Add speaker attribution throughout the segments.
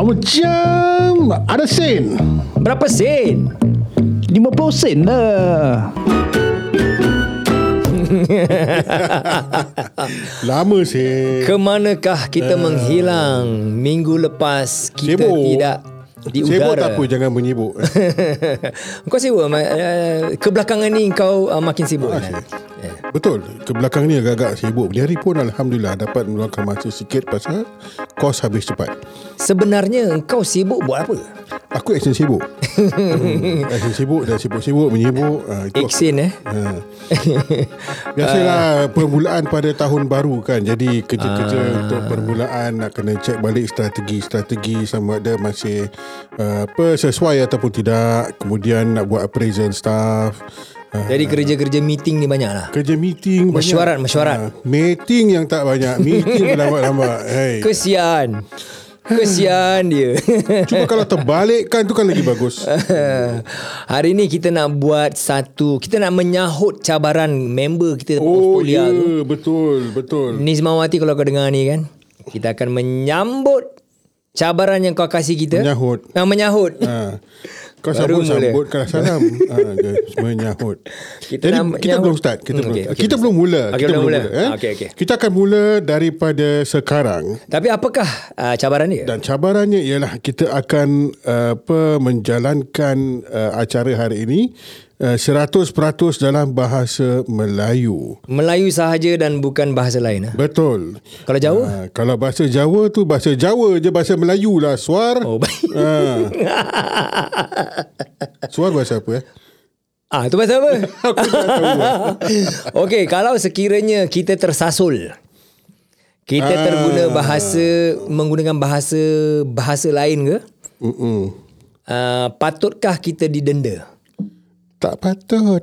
Speaker 1: Macam ada sen.
Speaker 2: Berapa sen? 50 sen lah
Speaker 1: Lama sen.
Speaker 3: Kemanakah kita menghilang Minggu lepas
Speaker 1: Eh.
Speaker 3: Kita
Speaker 1: Sibuk.
Speaker 3: tidak Di
Speaker 1: Sibuk
Speaker 3: udara
Speaker 1: tak apa jangan menyibuk.
Speaker 3: Kau sibuk ma- uh, Kebelakangan ni Kau uh, makin
Speaker 1: Ah,
Speaker 3: sibuk Nan. Eh,
Speaker 1: Betul. Kebelakang ni agak-agak sibuk. Di hari pun Alhamdulillah dapat meluangkan masa sikit pasal kos habis cepat.
Speaker 3: Sebenarnya Kau sibuk buat apa
Speaker 1: Aku action sibuk. hmm, action sibuk dan sibuk-sibuk menyibuk. Ah, itu aku-
Speaker 3: Iksin eh
Speaker 1: Ha. Biasalah permulaan pada tahun baru kan Jadi kerja-kerja
Speaker 3: Ah.
Speaker 1: untuk permulaan Nak kena cek balik strategi-strategi Sama ada masih uh, apa sesuai ataupun tidak Kemudian nak buat appraisal staff uh,
Speaker 3: Jadi kerja-kerja meeting ni banyak lah
Speaker 1: Kerja meeting banyak.
Speaker 3: Mesyuarat, mesyuarat.
Speaker 1: Ah, Meeting yang tak banyak Meeting berlambak-lambak hey.
Speaker 3: Kesian Kesian dia
Speaker 1: Cuma kalau terbalikkan tu kan lagi bagus
Speaker 3: Hari ni kita nak buat satu Kita nak menyahut cabaran member kita
Speaker 1: Oh ya
Speaker 3: Australia tu
Speaker 1: yeah, Betul Betul
Speaker 3: Nizmawati kalau kau dengar ni kan Kita akan menyambut Cabaran yang kau kasih kita
Speaker 1: Menyahut.
Speaker 3: nah, Menyahut
Speaker 1: Ha. Kau
Speaker 3: Baru
Speaker 1: sambut
Speaker 3: mula.
Speaker 1: sambut kau salam. ha, dia menyahut.
Speaker 3: Kita
Speaker 1: Kita Jadi,
Speaker 3: nak
Speaker 1: kita
Speaker 3: menyahut.
Speaker 1: belum start, kita
Speaker 3: Hmm,
Speaker 1: belum.
Speaker 3: okey, okey,
Speaker 1: kita
Speaker 3: boleh
Speaker 1: belum mula,
Speaker 3: Okey,
Speaker 1: kita belum
Speaker 3: belum mula.
Speaker 1: mula. eh.
Speaker 3: Okey, okey.
Speaker 1: Kita akan mula daripada sekarang
Speaker 3: Tapi apakah uh, cabaran dia?
Speaker 1: dan cabarannya ialah kita akan uh, apa menjalankan uh, acara hari ini uh, 100% dalam bahasa Melayu.
Speaker 3: Melayu sahaja dan bukan bahasa lain ah.
Speaker 1: Betul.
Speaker 3: Kalau jauh
Speaker 1: Ha, kalau bahasa Jawa tu bahasa Jawa je bahasa Melayu lah suar.
Speaker 3: Oh baik
Speaker 1: Ha. Suar bahasa apa eh?
Speaker 3: Ah tu pasal apa? Okey, kalau sekiranya kita tersasul. Kita
Speaker 1: Ah.
Speaker 3: terguna bahasa menggunakan bahasa bahasa lain ke?
Speaker 1: Mm-mm.
Speaker 3: Uh, patutkah kita didenda?
Speaker 1: Tak patut.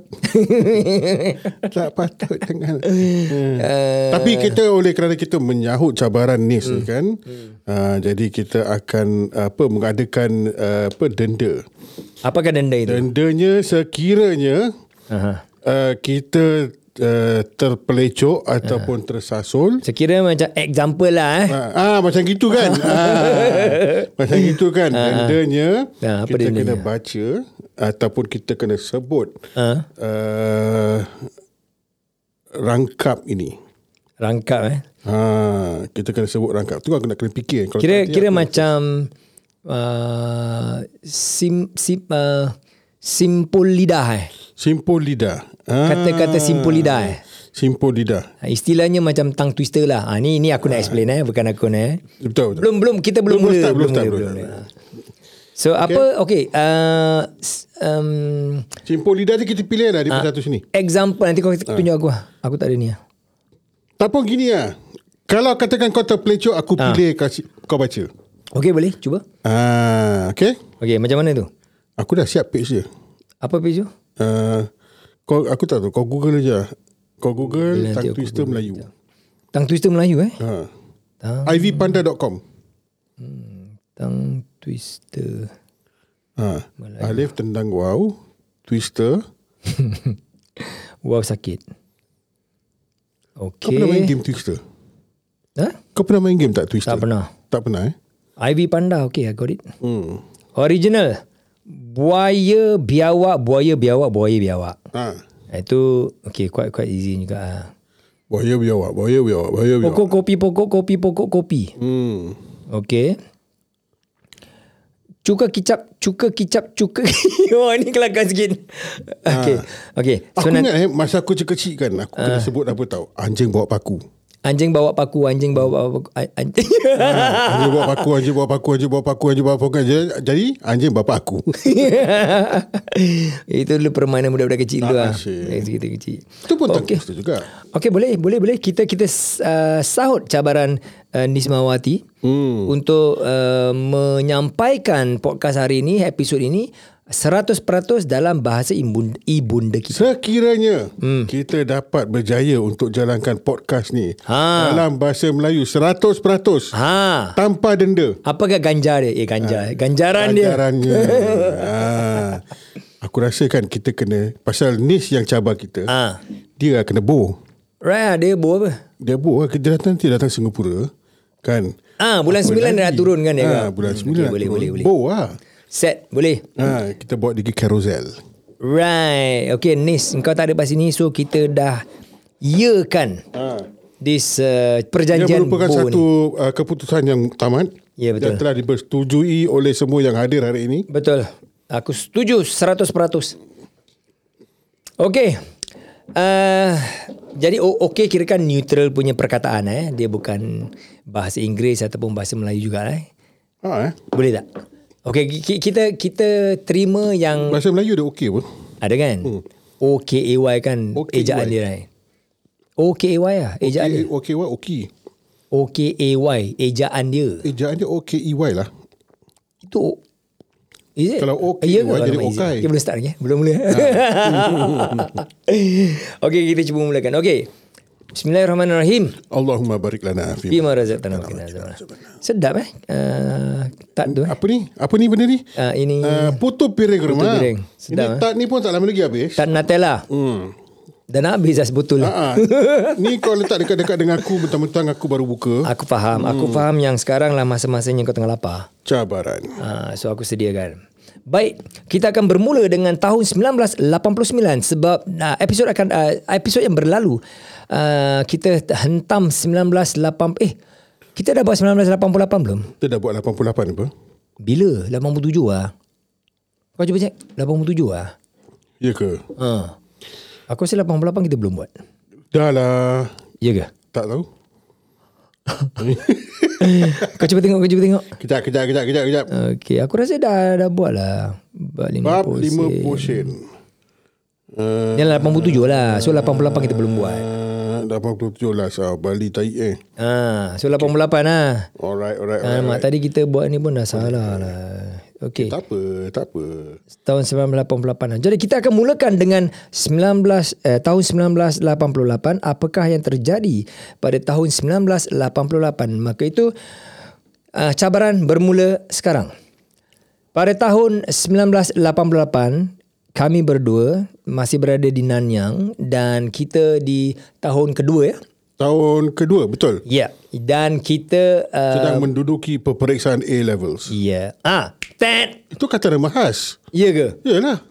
Speaker 1: tak patut jangan. Hmm. Tapi kita oleh kerana kita menyahut cabaran NIS ni kan. Uh, jadi kita akan apa mengadakan uh, apa denda.
Speaker 3: Apakah denda itu?
Speaker 1: Dendanya sekiranya
Speaker 3: Aha.
Speaker 1: uh, kita uh, terpelecok ataupun tersasul
Speaker 3: Sekiranya macam example lah eh.
Speaker 1: Ah, ah macam gitu kan. ah, macam gitu kan. Dendanya
Speaker 3: Ah, Ha, apa
Speaker 1: kita
Speaker 3: dendanya?
Speaker 1: kena baca ataupun kita kena sebut
Speaker 3: Ah.
Speaker 1: uh, rangkap ini.
Speaker 3: Rangkap eh.
Speaker 1: Ha, kita kena sebut rangkap. Tu aku nak kena fikir. Kalau
Speaker 3: Kira
Speaker 1: tak,
Speaker 3: kira macam uh, sim sim uh, simpul lidah eh.
Speaker 1: simpul lidah. Ha,
Speaker 3: Kata-kata simpul lidah eh.
Speaker 1: simpul lidah.
Speaker 3: Ha, Istilahnya macam tongue twister lah. Ha, ni ni aku nak explain eh, bukan aku nak. Eh.
Speaker 1: Betul. betul.
Speaker 3: Belum belum kita belum,
Speaker 1: Ah. Belum
Speaker 3: mula
Speaker 1: start, belum
Speaker 3: mula,
Speaker 1: start, Ha.
Speaker 3: belum
Speaker 1: belum
Speaker 3: mula. So apa okey uh, s- um,
Speaker 1: Simpul lidah tu kita pilih lah
Speaker 3: Ha.
Speaker 1: daripada satu sini.
Speaker 3: example nanti
Speaker 1: Ah.
Speaker 3: kau tunjuk aku lah. Aku tak ada ni. lah.
Speaker 1: Tak pun gini lah. Kalau katakan kau terpelecok, aku
Speaker 3: Ha.
Speaker 1: pilih kau, si- kau baca.
Speaker 3: Okey boleh cuba.
Speaker 1: Ah, okay.
Speaker 3: Okey macam mana tu?
Speaker 1: Aku dah siap page dia.
Speaker 3: Apa page tu?
Speaker 1: Uh, kau aku tak tahu kau google je. Kau google
Speaker 3: Nanti
Speaker 1: tongue
Speaker 3: aku
Speaker 1: twister Melayu.
Speaker 3: Tongue twister Melayu eh.
Speaker 1: Ha.
Speaker 3: Tongue,
Speaker 1: ivpanda.com.
Speaker 3: tongue twister.
Speaker 1: Ha. Alif tendang wow, twister.
Speaker 3: Wow sakit.
Speaker 1: Kau pernah main
Speaker 3: Okey.
Speaker 1: game twister?
Speaker 3: Ha?
Speaker 1: Kau pernah main game tak twister?
Speaker 3: Tak pernah.
Speaker 1: Tak pernah eh?
Speaker 3: Ivy Panda. Okey, I got it.
Speaker 1: Hmm.
Speaker 3: Original. Buaya biawak, buaya biawak, buaya biawak.
Speaker 1: Ha.
Speaker 3: Itu okay, quite quite easy juga. ah.
Speaker 1: Bahaya biawak, bahaya biawak, bahaya biawak.
Speaker 3: Pokok kopi, pokok kopi, pokok kopi.
Speaker 1: Hmm.
Speaker 3: Okay. Cuka kicap, cuka kicap, cuka. oh, ini kelakar sikit.
Speaker 1: Ah.
Speaker 3: Okay. Okay. So,
Speaker 1: Aku
Speaker 3: Ah. nak,
Speaker 1: ingat eh, masa aku kecil-kecil kan, aku kena sebut apa tahu. Anjing bawa paku.
Speaker 3: anjing bawa paku, anjing bawa paku. an- Anjing.
Speaker 1: Ha, Anjing bawa paku, anjing bawa paku, anjing bawa paku, anjing bawa paku. Jadi, jadi anjing bapa aku.
Speaker 3: Itu dulu permainan budak-budak kecil dulu
Speaker 1: Ah,
Speaker 3: lah.
Speaker 1: asyik.
Speaker 3: Kita kecil.
Speaker 1: Itu pun tak
Speaker 3: Okey.
Speaker 1: okay. juga.
Speaker 3: Okey boleh boleh boleh kita kita uh, sahut cabaran uh, Nismawati hmm. untuk uh, menyampaikan podcast hari ini episod ini 100% dalam bahasa ibun, ibunda kita.
Speaker 1: Sekiranya hmm. kita dapat berjaya untuk jalankan podcast ni
Speaker 3: Ha.
Speaker 1: dalam bahasa Melayu 100% ha.
Speaker 3: Ha.
Speaker 1: tanpa denda.
Speaker 3: Apakah ganja dia? Eh
Speaker 1: Ah.
Speaker 3: ganja. Ganjaran dia.
Speaker 1: Ganjarannya. ha. Aku rasa kan kita kena pasal nis yang cabar kita.
Speaker 3: Ha.
Speaker 1: Dia kena bo.
Speaker 3: Right, dia buat apa?
Speaker 1: ah, Dia bo lah. Dia datang nanti datang Singapura. kan.
Speaker 3: Ah, bulan
Speaker 1: Apa
Speaker 3: sembilan dah
Speaker 1: lagi?
Speaker 3: turun kan dia,
Speaker 1: Ah,
Speaker 3: Kak?
Speaker 1: bulan
Speaker 3: Hmm,
Speaker 1: sembilan.
Speaker 3: okey, boleh,
Speaker 1: turun.
Speaker 3: boleh, boleh.
Speaker 1: Bow lah.
Speaker 3: Set boleh
Speaker 1: Ha, kita buat lagi carousel.
Speaker 3: Right Okay Nis Engkau tak ada pas ini So kita dah Yearkan
Speaker 1: Ha.
Speaker 3: This uh,
Speaker 1: Ia
Speaker 3: Perjanjian
Speaker 1: merupakan
Speaker 3: Bow
Speaker 1: satu uh, keputusan yang tamat
Speaker 3: Ya, betul.
Speaker 1: yang telah dipersetujui oleh semua yang hadir hari ini.
Speaker 3: ni Betul Aku setuju 100% Okay uh, Jadi o- okay kirakan neutral punya perkataan eh Dia bukan Bahasa Inggeris ataupun bahasa Melayu juga eh
Speaker 1: Ha, eh.
Speaker 3: Boleh tak? Okay ki- kita kita terima yang
Speaker 1: Bahasa Melayu dia okey pun.
Speaker 3: ada kan? Hmm. OKAY kan
Speaker 1: OKAY.
Speaker 3: ejaan dia right? OKAY lah ejaan dia.
Speaker 1: Okey, Eh, okey, wah, okey.
Speaker 3: OKAY ejaan dia.
Speaker 1: Ejaan dia OKEY lah.
Speaker 3: Itu Is it?
Speaker 1: Kalau okay,
Speaker 3: Ya ke
Speaker 1: why
Speaker 3: kalau
Speaker 1: jadi
Speaker 3: nama is it?
Speaker 1: okay?
Speaker 3: Kita belum start lagi eh? Belum mula Okay kita cuba mulakan Okay Bismillahirrahmanirrahim
Speaker 1: Allahumma barik lana fi.
Speaker 3: Bima razak tanah Sedap eh uh, Tak tu eh
Speaker 1: Apa ni? Apa ni benda ni?
Speaker 3: uh, Ini
Speaker 1: Uh, putu piring rumah.
Speaker 3: piring. Sedap, eh?
Speaker 1: Ini tak ni pun tak lama lagi habis.
Speaker 3: Tan Nutella
Speaker 1: Hmm.
Speaker 3: Dan habis dah sebetul
Speaker 1: Ha. ni kau letak dekat-dekat dengan aku mentang-mentang aku baru buka
Speaker 3: Aku faham Aku
Speaker 1: Hmm.
Speaker 3: faham yang sekarang lah Masa-masanya kau tengah lapar
Speaker 1: cabaran.
Speaker 3: Ah, so aku sediakan. Baik, kita akan bermula dengan tahun 1989 sebab uh, episod akan uh, episod yang berlalu uh, kita hentam 1980 eh kita dah buat 1988 belum?
Speaker 1: Kita dah buat 88 apa?
Speaker 3: Bila? 87 ah. Kau cuba cek 87 ah.
Speaker 1: Ya ke?
Speaker 3: Ha. Aku rasa 88 kita belum buat.
Speaker 1: Dah lah.
Speaker 3: Ya ke?
Speaker 1: Tak tahu.
Speaker 3: Kau cuba tengok, kau cuba tengok.
Speaker 1: Kejap, kejap, kejap, kejap, kejap.
Speaker 3: Okey, aku rasa dah dah buat lah. Bab
Speaker 1: Bab
Speaker 3: 50.
Speaker 1: 5 posen. Uh,
Speaker 3: Yang 87 lah. So 88 kita belum buat.
Speaker 1: 87 lah sah. Bali taik eh.
Speaker 3: Ha, so 88 lah.
Speaker 1: Alright, alright.
Speaker 3: Ah,
Speaker 1: alright.
Speaker 3: Mak tadi kita buat ni pun dah salah lah. Okey.
Speaker 1: Tak apa, tak apa.
Speaker 3: Tahun 1988. Jadi kita akan mulakan dengan 19 eh, tahun 1988 apakah yang terjadi pada tahun 1988. Maka itu uh, cabaran bermula sekarang. Pada tahun 1988 kami berdua masih berada di Nanyang dan kita di tahun kedua ya.
Speaker 1: Tahun kedua, betul.
Speaker 3: Ya, dan kita uh,
Speaker 1: Sedang menduduki peperiksaan A levels.
Speaker 3: ya. Ah, tet.
Speaker 1: Itu kata nama khas.
Speaker 3: Ya ke?
Speaker 1: Yalah.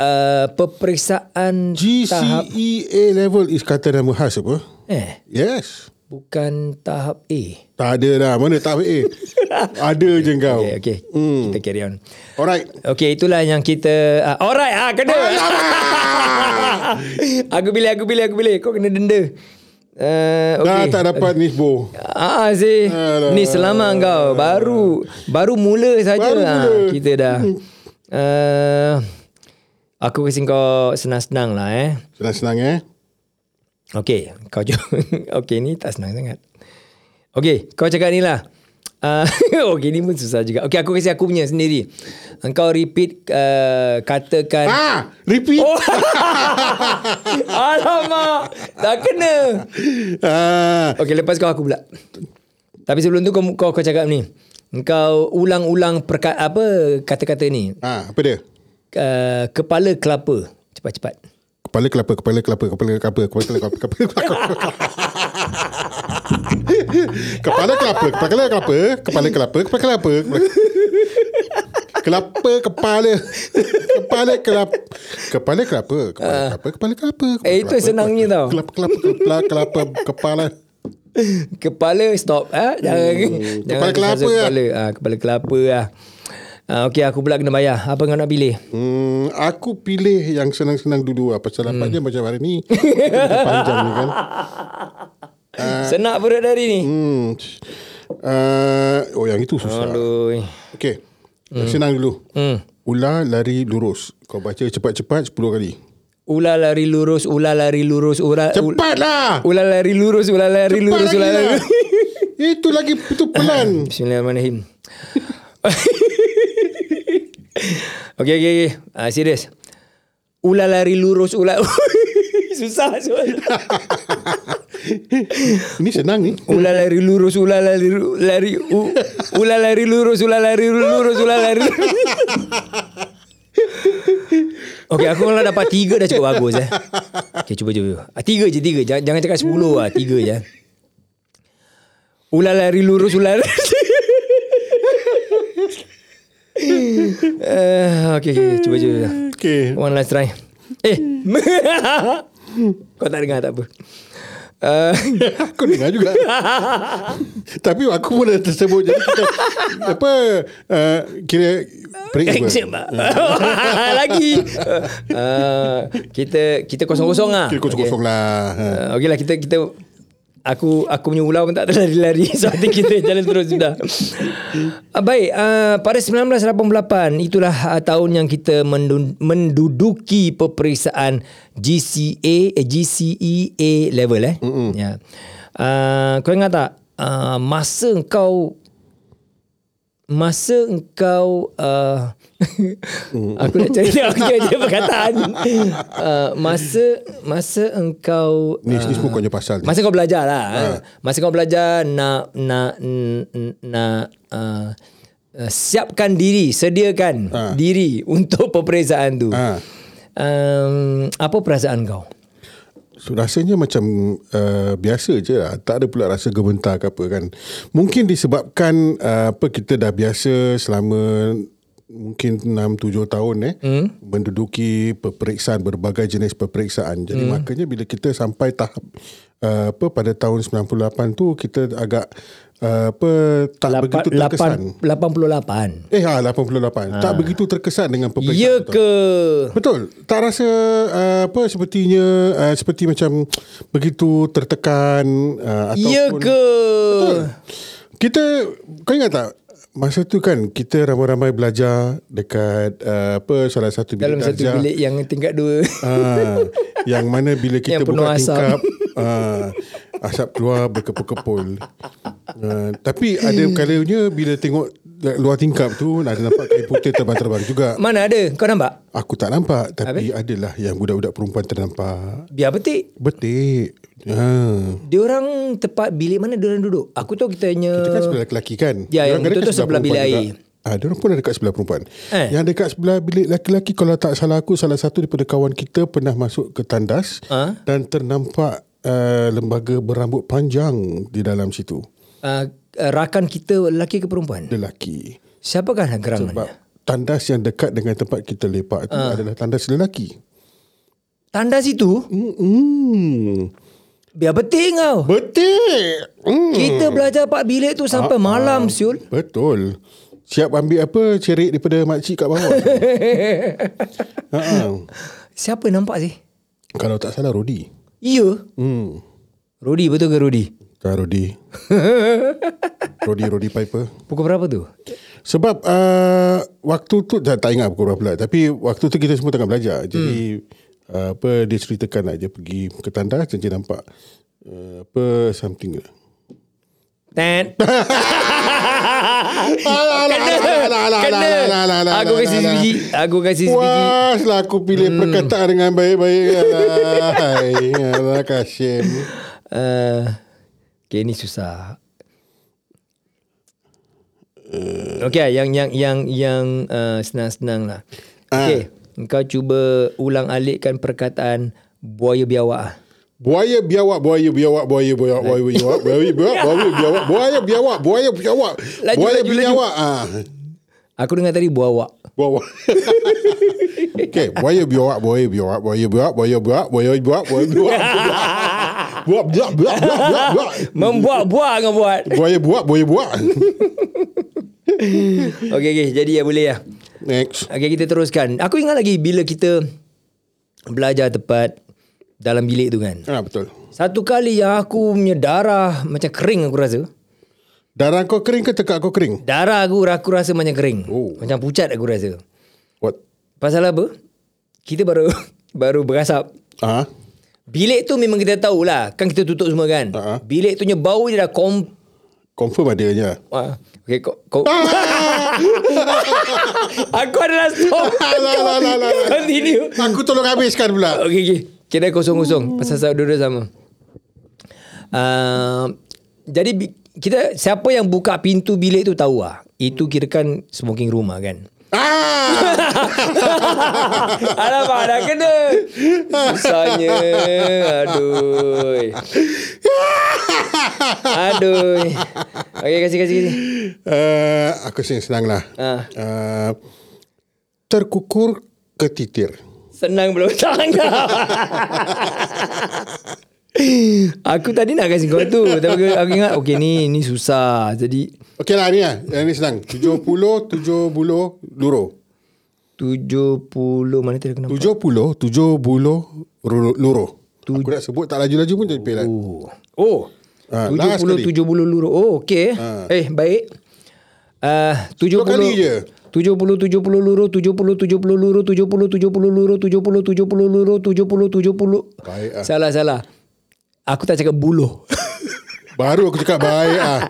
Speaker 3: uh, peperiksaan tahap
Speaker 1: GCE E A level is kata nama khas apa?
Speaker 3: eh
Speaker 1: Yes.
Speaker 3: bukan tahap A.
Speaker 1: Tak ada lah. Mana tak A? ada je kau.
Speaker 3: Okey Eh, okey
Speaker 1: Hmm.
Speaker 3: kita carry on.
Speaker 1: Alright.
Speaker 3: Okey itulah yang kita uh, alright ah kena. aku pilih aku pilih aku pilih kau kena denda. Uh,
Speaker 1: Dah
Speaker 3: okay.
Speaker 1: tak dapat nisbo.
Speaker 3: Ah sih.
Speaker 1: Alah.
Speaker 3: Ni selama kau baru baru mula saja
Speaker 1: Baru
Speaker 3: ah,
Speaker 1: mula. Hmm.
Speaker 3: kita dah. Uh, aku kasi kau senang-senang lah eh.
Speaker 1: Senang-senang eh.
Speaker 3: Okay, kau cuba. okay, ni tak senang sangat. Okay, kau cakap ni lah. Uh, okay, ni pun susah juga. Okay, aku kasi aku punya sendiri. Engkau repeat uh, katakan.
Speaker 1: Ah, repeat.
Speaker 3: Oh. Alamak, tak kena.
Speaker 1: Ah,
Speaker 3: Okay, lepas kau aku pula. Tapi sebelum tu kau kau, kau cakap ni. Engkau ulang-ulang perka, apa kata-kata ni.
Speaker 1: ah, apa dia?
Speaker 3: Uh, kepala kelapa. Cepat-cepat.
Speaker 1: Kepala kelapa, kepala kelapa, kepala kelapa, kepala kelapa, kepala kelapa. Kepala kelapa, kepala kelapa, kepala kelapa, kepala kelapa. kepala- Kelapa kepala. Kepala kelapa. Kepala kelapa, kepala kelapa, kepala kelapa. kepala
Speaker 3: Ah. Eh, itu
Speaker 1: kelapa,
Speaker 3: senangnya
Speaker 1: kepala-
Speaker 3: tau.
Speaker 1: Kelapa kelapa kelapa kelapa kepala.
Speaker 3: Kepala stop ah. Jangan, jangan
Speaker 1: Oh, Kepala
Speaker 3: kesasar
Speaker 1: kelapa lah.
Speaker 3: Kepala ah, kepala kelapa ah. Ah okey aku pula kena bayar. Apa kau nak pilih?
Speaker 1: Hmm, aku pilih yang senang-senang dulu lah. Pasal
Speaker 3: Hmm.
Speaker 1: nampaknya macam hari ni. kita Panjang ni kan. Ah.
Speaker 3: Senak perut dari ni.
Speaker 1: Hmm. Uh, oh yang itu susah.
Speaker 3: Aduh.
Speaker 1: Okey. Hmm. Senang dulu. Hmm. Ular lari lurus. Kau baca cepat-cepat 10 kali.
Speaker 3: Ular lari lurus, ular lari lurus, ular Uh, ul-
Speaker 1: Cepatlah.
Speaker 3: ular lari lurus, ular lari
Speaker 1: Cepat
Speaker 3: lurus,
Speaker 1: lagi
Speaker 3: ular lari.
Speaker 1: lah. Itu lagi itu pelan.
Speaker 3: Bismillahirrahmanirrahim. okey okey okey. Ah serius. Ular lari lurus, ular susah susah.
Speaker 1: Ini senang ni.
Speaker 3: Ular lari lurus, ular lari lari u, ular lari lurus, ular lari lurus, ular lari. Okey, aku kalau dapat tiga dah cukup bagus eh. Okey, cuba cuba. Ah, Tiga je, tiga. Jangan, jangan cakap sepuluh lah, tiga je. Ular lari lurus ular. uh, okay, okay, cuba cuba.
Speaker 1: Okay.
Speaker 3: One last try. Eh. Kau tak dengar tak apa. Uh,
Speaker 1: Aku dengar juga Tapi aku pun dah tersebut Jadi kita Apa uh, Kira Break apa
Speaker 3: Action tak? Lagi uh, Kita Kita kosong-kosong lah
Speaker 1: Kira kosong-kosong lah Ha.
Speaker 3: Uh, Okey lah kita kita aku aku punya ular pun tak terlari-lari so I think kita jalan terus sudah. Uh, baik, uh, pada 1988 itulah uh, tahun yang kita mendu- menduduki peperiksaan GCA eh, GCEA level eh. Mm-hmm. Ya. Uh, kau ingat tak uh, masa kau Masa engkau uh, Aku nak cari Aku cari cari perkataan uh, Masa Masa engkau uh,
Speaker 1: Ni, ni semua kau punya pasal ni.
Speaker 3: Masa kau belajar lah ha. Masa kau belajar Nak Nak n- n- Nak uh, uh, Siapkan diri Sediakan
Speaker 1: Ah.
Speaker 3: Diri Untuk peperiksaan tu
Speaker 1: Ah.
Speaker 3: um, Apa perasaan kau?
Speaker 1: So, rasanya macam uh, biasa je lah. Tak ada pula rasa gementar ke apa kan. Mungkin disebabkan uh, apa kita dah biasa selama mungkin 6-7 tahun eh hmm. menduduki peperiksaan berbagai jenis peperiksaan. Jadi hmm. makanya bila kita sampai tahap uh, apa pada tahun 98 tu kita agak uh, apa tak
Speaker 3: Lapan-
Speaker 1: begitu terkesan.
Speaker 3: lapan- 88
Speaker 1: Eh ha 88. Ha. Tak begitu terkesan dengan peperiksaan
Speaker 3: Ya
Speaker 1: tu.
Speaker 3: ke?
Speaker 1: Betul. Tak rasa uh, apa sepertinya uh, seperti macam begitu tertekan uh, ataupun
Speaker 3: Ya ke?
Speaker 1: kita kau ingat tak masa tu kan kita ramai-ramai belajar dekat uh, apa salah satu bilik
Speaker 3: Dalam satu
Speaker 1: darjah.
Speaker 3: bilik yang tingkat dua
Speaker 1: Ah, yang mana bila kita
Speaker 3: Yang penuh
Speaker 1: buka
Speaker 3: asap.
Speaker 1: tingkap ah, asap keluar berkepul-kepul. Ah, tapi ada kalanya bila tengok eh, luar tingkap tu ada nampak kain putih terbang-terbang juga.
Speaker 3: Mana ada? Kau nampak?
Speaker 1: Aku tak nampak tapi Habis? adalah yang budak-budak perempuan ternampak.
Speaker 3: Biar betik.
Speaker 1: Betik. Ha.
Speaker 3: Dia orang tempat bilik mana dia orang duduk? Aku tahu kita punya
Speaker 1: Kita kan sebelah lelaki kan?
Speaker 3: Ya, yang
Speaker 1: Diorang ada kat
Speaker 3: betul tu sebelah bilik
Speaker 1: perempuan
Speaker 3: air.
Speaker 1: juga. Ah, dia orang pun ada dekat sebelah perempuan.
Speaker 3: Eh.
Speaker 1: Eh. Yang dekat sebelah bilik lelaki-lelaki kalau tak salah aku salah satu daripada kawan kita pernah masuk ke tandas
Speaker 3: Ha?
Speaker 1: dan ternampak uh, lembaga berambut panjang di dalam situ.
Speaker 3: uh, uh, rakan kita lelaki ke perempuan.
Speaker 1: Lelaki.
Speaker 3: Siapakah gerangan?
Speaker 1: Ya. Sebab tandas yang dekat dengan tempat kita lepak tu
Speaker 3: Ha.
Speaker 1: adalah tandas lelaki.
Speaker 3: Tandas itu
Speaker 1: Hmm. Mm.
Speaker 3: biar betik kau.
Speaker 1: Betik. Mm.
Speaker 3: Kita belajar pak bilik tu
Speaker 1: Ah,
Speaker 3: sampai malam siul.
Speaker 1: Betul. Siap ambil apa cerit daripada makcik kat bawah. Ha-ha.
Speaker 3: Siapa nampak sih?
Speaker 1: Kalau tak salah Rodi.
Speaker 3: Ya.
Speaker 1: Hmm.
Speaker 3: Rodi betul ke Rodi?
Speaker 1: Tak Rodi. Rodi Rodi Piper.
Speaker 3: Pukul berapa tu?
Speaker 1: Sebab uh, waktu tu tak, tak ingat pukul berapa lah. Tapi waktu tu kita semua tengah belajar. Jadi hmm. uh, apa dia ceritakan lah dia pergi ke tandas dan dia nampak uh, apa something lah.
Speaker 3: Ten.
Speaker 1: Kena.
Speaker 3: Aku kasih sebiji. Aku kasih sebiji.
Speaker 1: Puas lah aku pilih hmm. perkataan dengan baik-baik. Alai. Alah Kasim.
Speaker 3: Uh, okay, ni susah. Hmm, Okay, yang yang yang yang uh, senang-senang lah.
Speaker 1: Ah.
Speaker 3: Okay, engkau cuba ulang alikkan perkataan buaya biawak. ah.
Speaker 1: Buaya biawak, buaya biawak, buaya biawak, buaya biawak, buaya biawak, buaya biawak, buaya biawak, buaya biawak,
Speaker 3: Laju,
Speaker 1: buaya
Speaker 3: laju, laju.
Speaker 1: biawak. Ah,
Speaker 3: Aku dengar tadi buawak.
Speaker 1: buawak. Okay, buaya biawak, buaya biawak, buaya biawak, buaya biawak, buaya biawak, buaya biawak. Buak, buak, buak, buak, buak, buak.
Speaker 3: Membuat-buat dengan buat.
Speaker 1: Buaya buak, buaya buak.
Speaker 3: Okay, okay, jadi ya boleh ya.
Speaker 1: Next.
Speaker 3: Okay, kita teruskan. Aku ingat lagi bila kita belajar tepat dalam bilik tu kan.
Speaker 1: Ah, betul.
Speaker 3: Satu kali yang aku punya darah macam kering aku rasa.
Speaker 1: Darah kau kering ke tekak kau kering?
Speaker 3: Darah aku aku rasa macam kering.
Speaker 1: Oh.
Speaker 3: Macam pucat aku rasa.
Speaker 1: What?
Speaker 3: Pasal apa? Kita baru baru berasap.
Speaker 1: Ah,
Speaker 3: Bilik tu memang kita tahulah. Kan kita tutup semua kan.
Speaker 1: Ha.
Speaker 3: Bilik tu punya bau dia dah kom
Speaker 1: confirm ada je.
Speaker 3: Ah, Okay, kau, kau. aku adalah stop.
Speaker 1: Alah, alah, alah, alah.
Speaker 3: Continue.
Speaker 1: Aku tolong habiskan pula.
Speaker 3: Okay, okay. Kira kosong-kosong. Pasal saya dua-dua sama. Uh, jadi, ah? bi- kita siapa yang buka pintu bilik tu tahu lah. Itu kira kan smoking rumah kan.
Speaker 1: Ah!
Speaker 3: Alamak dah kena Susahnya Aduh Aduh Okay kasih kasih kasih
Speaker 1: Uh, aku senang senang lah.
Speaker 3: Ah.
Speaker 1: Uh, terkukur ke titir.
Speaker 3: Senang belum tanggap Aku tadi nak kasi kau tu Tapi aku, aku ingat Okay ni ni susah Jadi
Speaker 1: Okey lah ni lah. Yang ni senang. 70, 70 buluh luro.
Speaker 3: 70 Mana tadi aku nampak
Speaker 1: 70, 70 buluh ru- luro. Aku nak sebut tak laju-laju pun jadi pelat.
Speaker 3: Oh
Speaker 1: Ah, last
Speaker 3: 70
Speaker 1: kali. Ah.
Speaker 3: 70 luru Oh okay Eh baik uh, 70
Speaker 1: Dua kali je.
Speaker 3: 70 70 luru 70 70 luru 70 70 luru 70 70 luru 70 70
Speaker 1: Baik ah.
Speaker 3: Salah salah Aku tak cakap buluh
Speaker 1: Baru aku cakap baik ah.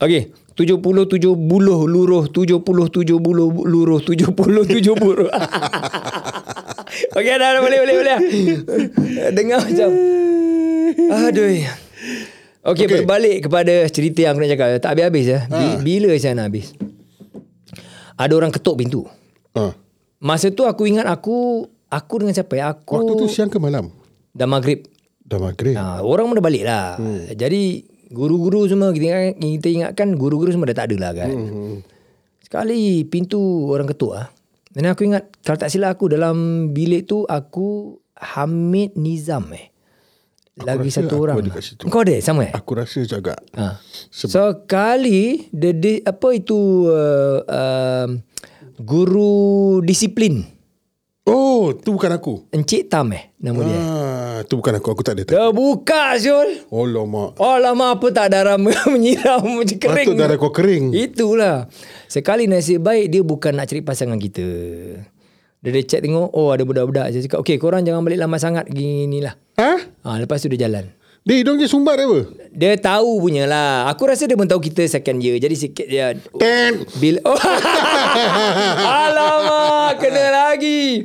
Speaker 3: Okey 70 70 buluh luruh 70 70 buluh luruh 70 70 buluh Okey dah, dah boleh boleh boleh Dengar macam Aduh Okey okay. berbalik kepada cerita yang aku nak cakap Tak habis-habis ya
Speaker 1: Ah.
Speaker 3: ha. Bila saya nak habis Ada orang ketuk pintu
Speaker 1: ah.
Speaker 3: Masa tu aku ingat aku Aku dengan siapa ya Aku
Speaker 1: Waktu tu siang ke malam?
Speaker 3: Dah maghrib
Speaker 1: Dah maghrib.
Speaker 3: Ha, orang pun dah balik lah. Hmm. Jadi guru-guru semua kita ingat, kita ingatkan guru-guru semua dah tak ada lah kan. Hmm. Sekali pintu orang ketuk ah. Dan aku ingat kalau tak silap aku dalam bilik tu aku Hamid Nizam eh. Lagi
Speaker 1: rasa
Speaker 3: satu
Speaker 1: aku
Speaker 3: orang. lah.
Speaker 1: ada kat situ.
Speaker 3: Kau ada sama eh?
Speaker 1: Aku rasa juga.
Speaker 3: Ha.
Speaker 1: Sebab-
Speaker 3: So kali the, the apa itu uh, uh, guru disiplin
Speaker 1: Oh, tu bukan aku.
Speaker 3: Encik Tam eh nama dia.
Speaker 1: Ah, tu bukan aku. Aku tak ada. Tak.
Speaker 3: Terbuka Syul.
Speaker 1: Oh, lama.
Speaker 3: Oh lama apa tak darah menyiram macam kering.
Speaker 1: Patut darah kau kering.
Speaker 3: Itulah. Sekali nasib baik dia bukan nak cari pasangan kita. Dia dia check tengok, oh ada budak-budak. Saya cakap, okay korang jangan balik lama sangat. Gini lah.
Speaker 1: Ha?
Speaker 3: Ha, lepas tu dia jalan.
Speaker 1: Dia hidung je sumbat apa?
Speaker 3: Dia tahu punya lah. Aku rasa dia pun tahu kita second year. Jadi sikit dia...
Speaker 1: Ten.
Speaker 3: Bila... Oh. Alamak, kena lagi.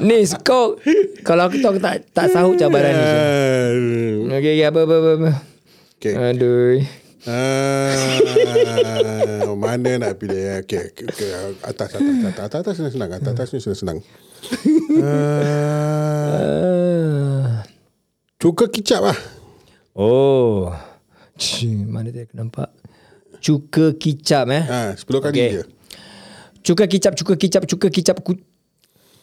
Speaker 3: Nis, kau... Kalau aku tahu aku tak, tak sahut cabaran ni.
Speaker 1: Eh. Ah.
Speaker 3: Okay, okay, apa, apa, apa. apa.
Speaker 1: Okay.
Speaker 3: Eh. Aduh.
Speaker 1: Ah, mana nak pilih okay, okay, okay. Atas, atas, atas, atas, atas ni senang Atas, atas ni senang, senang. Ah,
Speaker 3: Ah.
Speaker 1: cuka kicap lah
Speaker 3: Oh. Cih, mana tadi aku nampak? Cuka kicap
Speaker 1: ah,
Speaker 3: eh.
Speaker 1: 10 kali
Speaker 3: Okey.
Speaker 1: je
Speaker 3: Cuka kicap, cuka kicap, cuka kicap. Ku...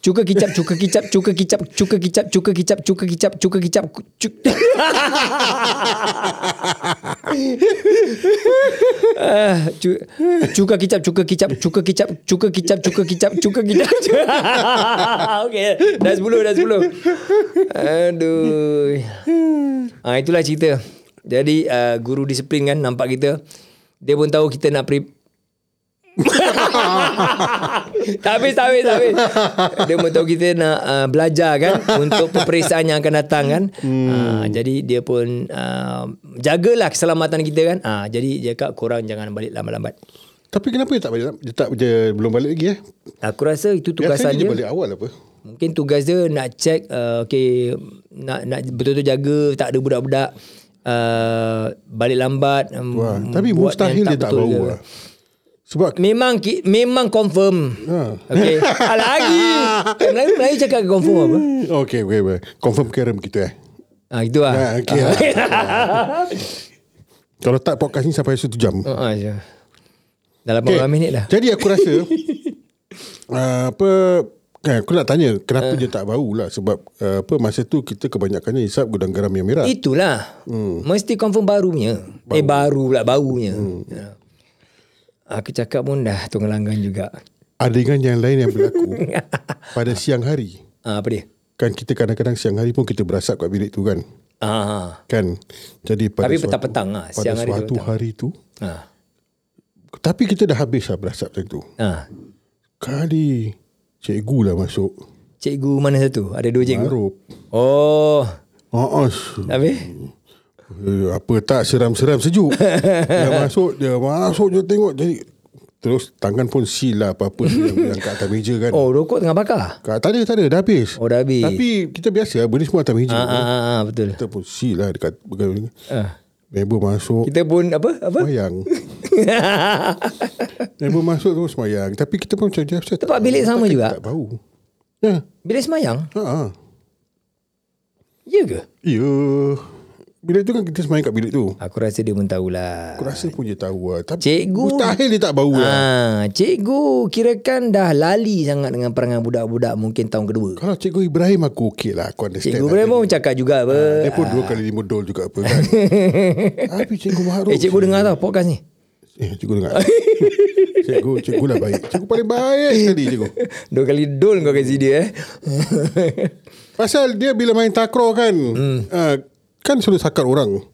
Speaker 3: Cuka kicap, cuka kicap, cuka kicap, cuka kicap, cuka kicap, cuka kicap, cuka kicap, cu- cuk. Ah, cu- cuka kicap, cuka kicap, cuka kicap, cuka kicap, cuka kicap, cuka kicap. Okey, dah 10, dah 10. Aduh. Ah itulah cerita. Jadi uh, guru disiplin kan nampak kita. Dia pun tahu kita nak pre tak habis, tak habis, tak habis. Dia pun tahu kita nak uh, belajar kan untuk peperiksaan yang akan datang kan. Hmm. Uh, jadi dia pun uh, jagalah keselamatan kita kan. Uh, jadi dia kata korang jangan balik lambat-lambat.
Speaker 1: Tapi kenapa dia tak balik Dia, tak, dia belum balik lagi eh
Speaker 3: Aku rasa itu
Speaker 1: Biasanya dia
Speaker 3: tugasan dia.
Speaker 1: balik awal apa
Speaker 3: Mungkin tugas dia nak check uh, okay, nak nak betul-betul jaga tak ada budak-budak uh, balik lambat. um,
Speaker 1: Wah, Tapi
Speaker 3: buat
Speaker 1: mustahil
Speaker 3: yang
Speaker 1: dia tak
Speaker 3: betul
Speaker 1: bau
Speaker 3: ke.
Speaker 1: lah Sebab
Speaker 3: Memang ki- memang confirm.
Speaker 1: Ha.
Speaker 3: Okay. Ah, lagi. Eh, Melayu, Melayu cakap confirm apa?
Speaker 1: Okay, okay, okay. Confirm kerem kita eh
Speaker 3: Ah gitu lah.
Speaker 1: ah, okay,
Speaker 3: Ah.
Speaker 1: ah. Kalau tak podcast ni sampai satu jam
Speaker 3: Ah, ah, je. Dah 18 okay. minit dah.
Speaker 1: Jadi aku rasa uh, apa kan aku nak tanya
Speaker 3: Eh.
Speaker 1: kenapa uh. dia tak bau lah sebab uh, apa masa tu kita kebanyakannya hisap gudang garam yang merah.
Speaker 3: Itulah. Mesti confirm barunya. Hmm. Baru. Eh baru pula barunya. Ya. Aku cakap pun dah tenggelanggan juga.
Speaker 1: Adegan yang lain yang berlaku pada siang hari.
Speaker 3: Ah, apa dia?
Speaker 1: Kan kita kadang-kadang siang hari pun kita berasap kat bilik tu kan.
Speaker 3: Ah,
Speaker 1: Kan. Jadi pada
Speaker 3: Tapi
Speaker 1: suatu-
Speaker 3: petang-petang lah,
Speaker 1: Pada
Speaker 3: siang hari tu
Speaker 1: suatu
Speaker 3: petang.
Speaker 1: hari tu
Speaker 3: ah.
Speaker 1: tapi kita dah habis lah berasap macam tu.
Speaker 3: ah.
Speaker 1: Kali cikgu lah masuk.
Speaker 3: Cikgu mana satu? Ada dua cikgu.
Speaker 1: Marup.
Speaker 3: Oh,
Speaker 1: Oh, oh,
Speaker 3: habis?
Speaker 1: Eh, apa tak seram-seram sejuk. dia masuk, dia masuk dia tengok jadi terus tangan pun seal lah apa-apa yang, yang kat atas meja kan. Oh.
Speaker 3: Oh, rokok tengah bakar.
Speaker 1: Kat, tak ada, tak ada, dah habis.
Speaker 3: Oh, dah habis.
Speaker 1: Tapi kita biasa lah, benda semua atas meja.
Speaker 3: Ah, ah, ah, ah, betul.
Speaker 1: Kita pun seal lah dekat, dekat
Speaker 3: Ah.
Speaker 1: member masuk
Speaker 3: Kita pun apa? Apa?
Speaker 1: wayang. Member masuk terus semayang. Tapi kita pun macam dia. saya tak
Speaker 3: Tempat
Speaker 1: tahu.
Speaker 3: bilik sama
Speaker 1: Takkan
Speaker 3: juga?
Speaker 1: Tak bau. Ya.
Speaker 3: Bila semayang?
Speaker 1: Ha. ha.
Speaker 3: Ya ke?
Speaker 1: Ya. Bilik tu kan kita semayang kat bilik tu.
Speaker 3: Aku rasa dia pun tahulah.
Speaker 1: Aku rasa pun dia tahu lah. Tapi
Speaker 3: Cikgu.
Speaker 1: Mustahil dia tak bau lah.
Speaker 3: Ah, cikgu kirakan dah lali sangat dengan perangai budak-budak mungkin tahun kedua.
Speaker 1: Kalau Cikgu Ibrahim aku okey lah. Aku understand.
Speaker 3: Cikgu
Speaker 1: lah.
Speaker 3: Ibrahim ah. pun cakap juga apa.
Speaker 1: Dia pun dua kali lima dol juga apa kan. Tapi Cikgu Maharuf.
Speaker 3: Eh cikgu dengar tau podcast ni.
Speaker 1: Eh, cikgu dengar. cikgu, cikgu lah baik. Cikgu paling baik sekali cikgu.
Speaker 3: Dua kali dol kau eh. kasi dia eh.
Speaker 1: Pasal dia bila main takraw kan, hmm. uh, kan suruh sakar orang.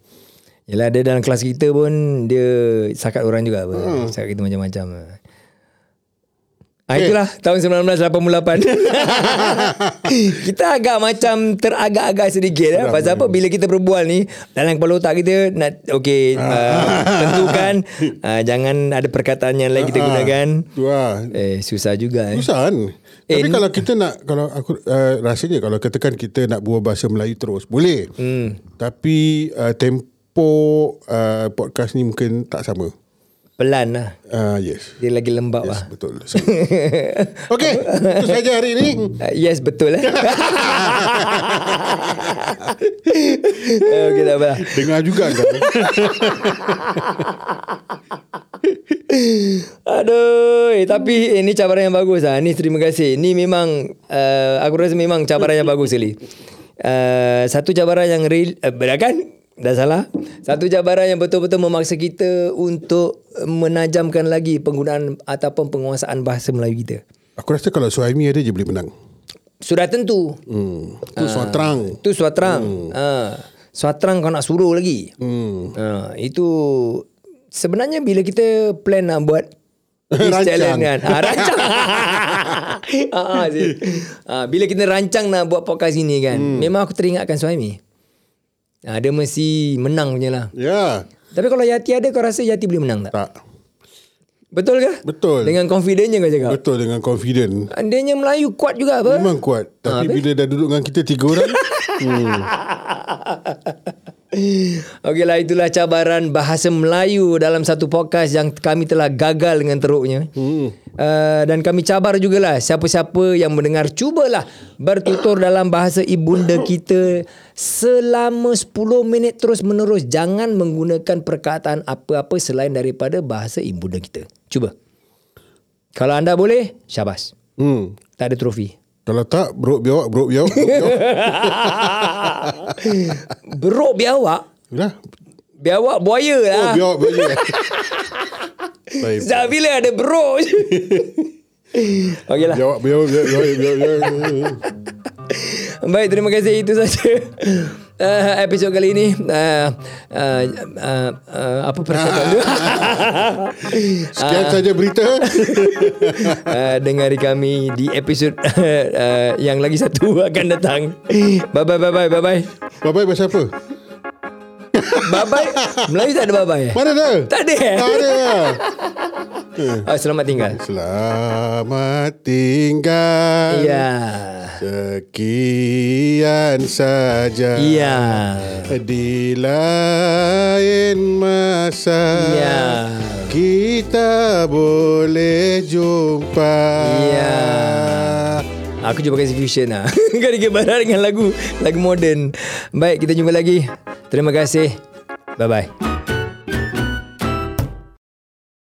Speaker 3: Yelah dia dalam kelas kita pun dia sakat orang juga apa. Sakat kita macam-macam. Ah, itulah tahun 1988 Kita agak macam teragak-agak sedikit eh. Pasal apa bila kita berbual ni Dalam kepala otak kita nak, Okay uh, Tentukan uh, Jangan ada perkataan yang lain kita gunakan
Speaker 1: Tu lah.
Speaker 3: Eh susah juga eh.
Speaker 1: Susah kan? Tapi kalau kita nak, kalau aku uh, rasanya kalau katakan kita nak buat bahasa Melayu terus, boleh. Hmm. Tapi uh, tempo uh, podcast ni mungkin tak sama.
Speaker 3: Pelan lah
Speaker 1: Uh, yes.
Speaker 3: Dia lagi lembab yes. lah
Speaker 1: Betul. Okey, itu saja hari ini.
Speaker 3: Uh, yes betul eh. Eh, Okey tak apa. lah.
Speaker 1: Dengar juga kan?
Speaker 3: Aduh, eh, tapi eh, ni cabaran yang bagus lah. Ni terima kasih. Ni memang uh, aku rasa memang cabaran yang bagus sekali. Uh, satu cabaran yang real uh, dah kan? Dah salah. Satu cabaran yang betul-betul memaksa kita untuk menajamkan lagi penggunaan ataupun penguasaan bahasa Melayu kita.
Speaker 1: Aku rasa kalau Suhaimi ada je boleh menang.
Speaker 3: Sudah tentu.
Speaker 1: Hmm. Tu
Speaker 3: Ah.
Speaker 1: soal terang.
Speaker 3: Itu suaterang. Hmm. Ha. Suaterang kau nak suruh lagi. Hmm. Ha. Itu sebenarnya bila kita plan nak buat this
Speaker 1: Rancang.
Speaker 3: challenge kan. Ha, rancang. ha, ha, Sis. ha, bila kita rancang nak buat podcast ini kan. Hmm. Memang aku teringatkan suami. Ha, dia mesti menang punya lah.
Speaker 1: Ya.
Speaker 3: Tapi kalau Yati ada kau rasa Yati boleh menang tak?
Speaker 1: Tak.
Speaker 3: Betul ke?
Speaker 1: Betul.
Speaker 3: Dengan confidentnya kau cakap.
Speaker 1: Betul dengan confident.
Speaker 3: Dia punya Melayu kuat juga apa? Ah,
Speaker 1: Memang kuat. Tapi bila dah duduk dengan kita tiga orang,
Speaker 3: Okeylah itulah cabaran bahasa Melayu dalam satu podcast yang kami telah gagal dengan teruknya. Hmm. Uh, dan kami cabar jugalah siapa-siapa yang mendengar cubalah bertutur dalam bahasa ibunda kita selama 10 minit terus menerus jangan menggunakan perkataan apa-apa selain daripada bahasa ibunda kita. Cuba. Kalau anda boleh, syabas.
Speaker 1: hmm.
Speaker 3: Tak ada trofi.
Speaker 1: Kalau tak, beruk biawak, beruk biawak. Beruk biawak.
Speaker 3: Beruk biawak,
Speaker 1: Dah.
Speaker 3: biawak buaya lah.
Speaker 1: Oh, biawak, biawak. Baik.
Speaker 3: Sejak bila ada lah. bro je Okeylah
Speaker 1: Biawak, biawak, biawak, biawak, biawak, biawak.
Speaker 3: Baik terima kasih Itu saja uh, Episod kali ini uh, uh, uh, uh, Apa perkataan tu
Speaker 1: Sekian
Speaker 3: Ah.
Speaker 1: saja berita.
Speaker 3: uh, Dengari kami Di episod uh, uh, Yang lagi satu Akan datang Bye bye bye bye Bye bye
Speaker 1: Bye-bye pasal apa?
Speaker 3: Bye bye Melayu tak ada bye bye eh?
Speaker 1: Mana dah?
Speaker 3: Tak ada eh?
Speaker 1: Tak ada.
Speaker 3: Ah, Selamat tinggal
Speaker 1: Selamat tinggal.
Speaker 3: Ya
Speaker 1: Sekian saja.
Speaker 3: Ya
Speaker 1: Di lain masa
Speaker 3: Ya.
Speaker 1: Kita boleh jumpa
Speaker 3: Ya. Aku cuba kasi fusion lah Kau digebarar dengan lagu Lagu moden Baik kita jumpa lagi Terima kasih Bye bye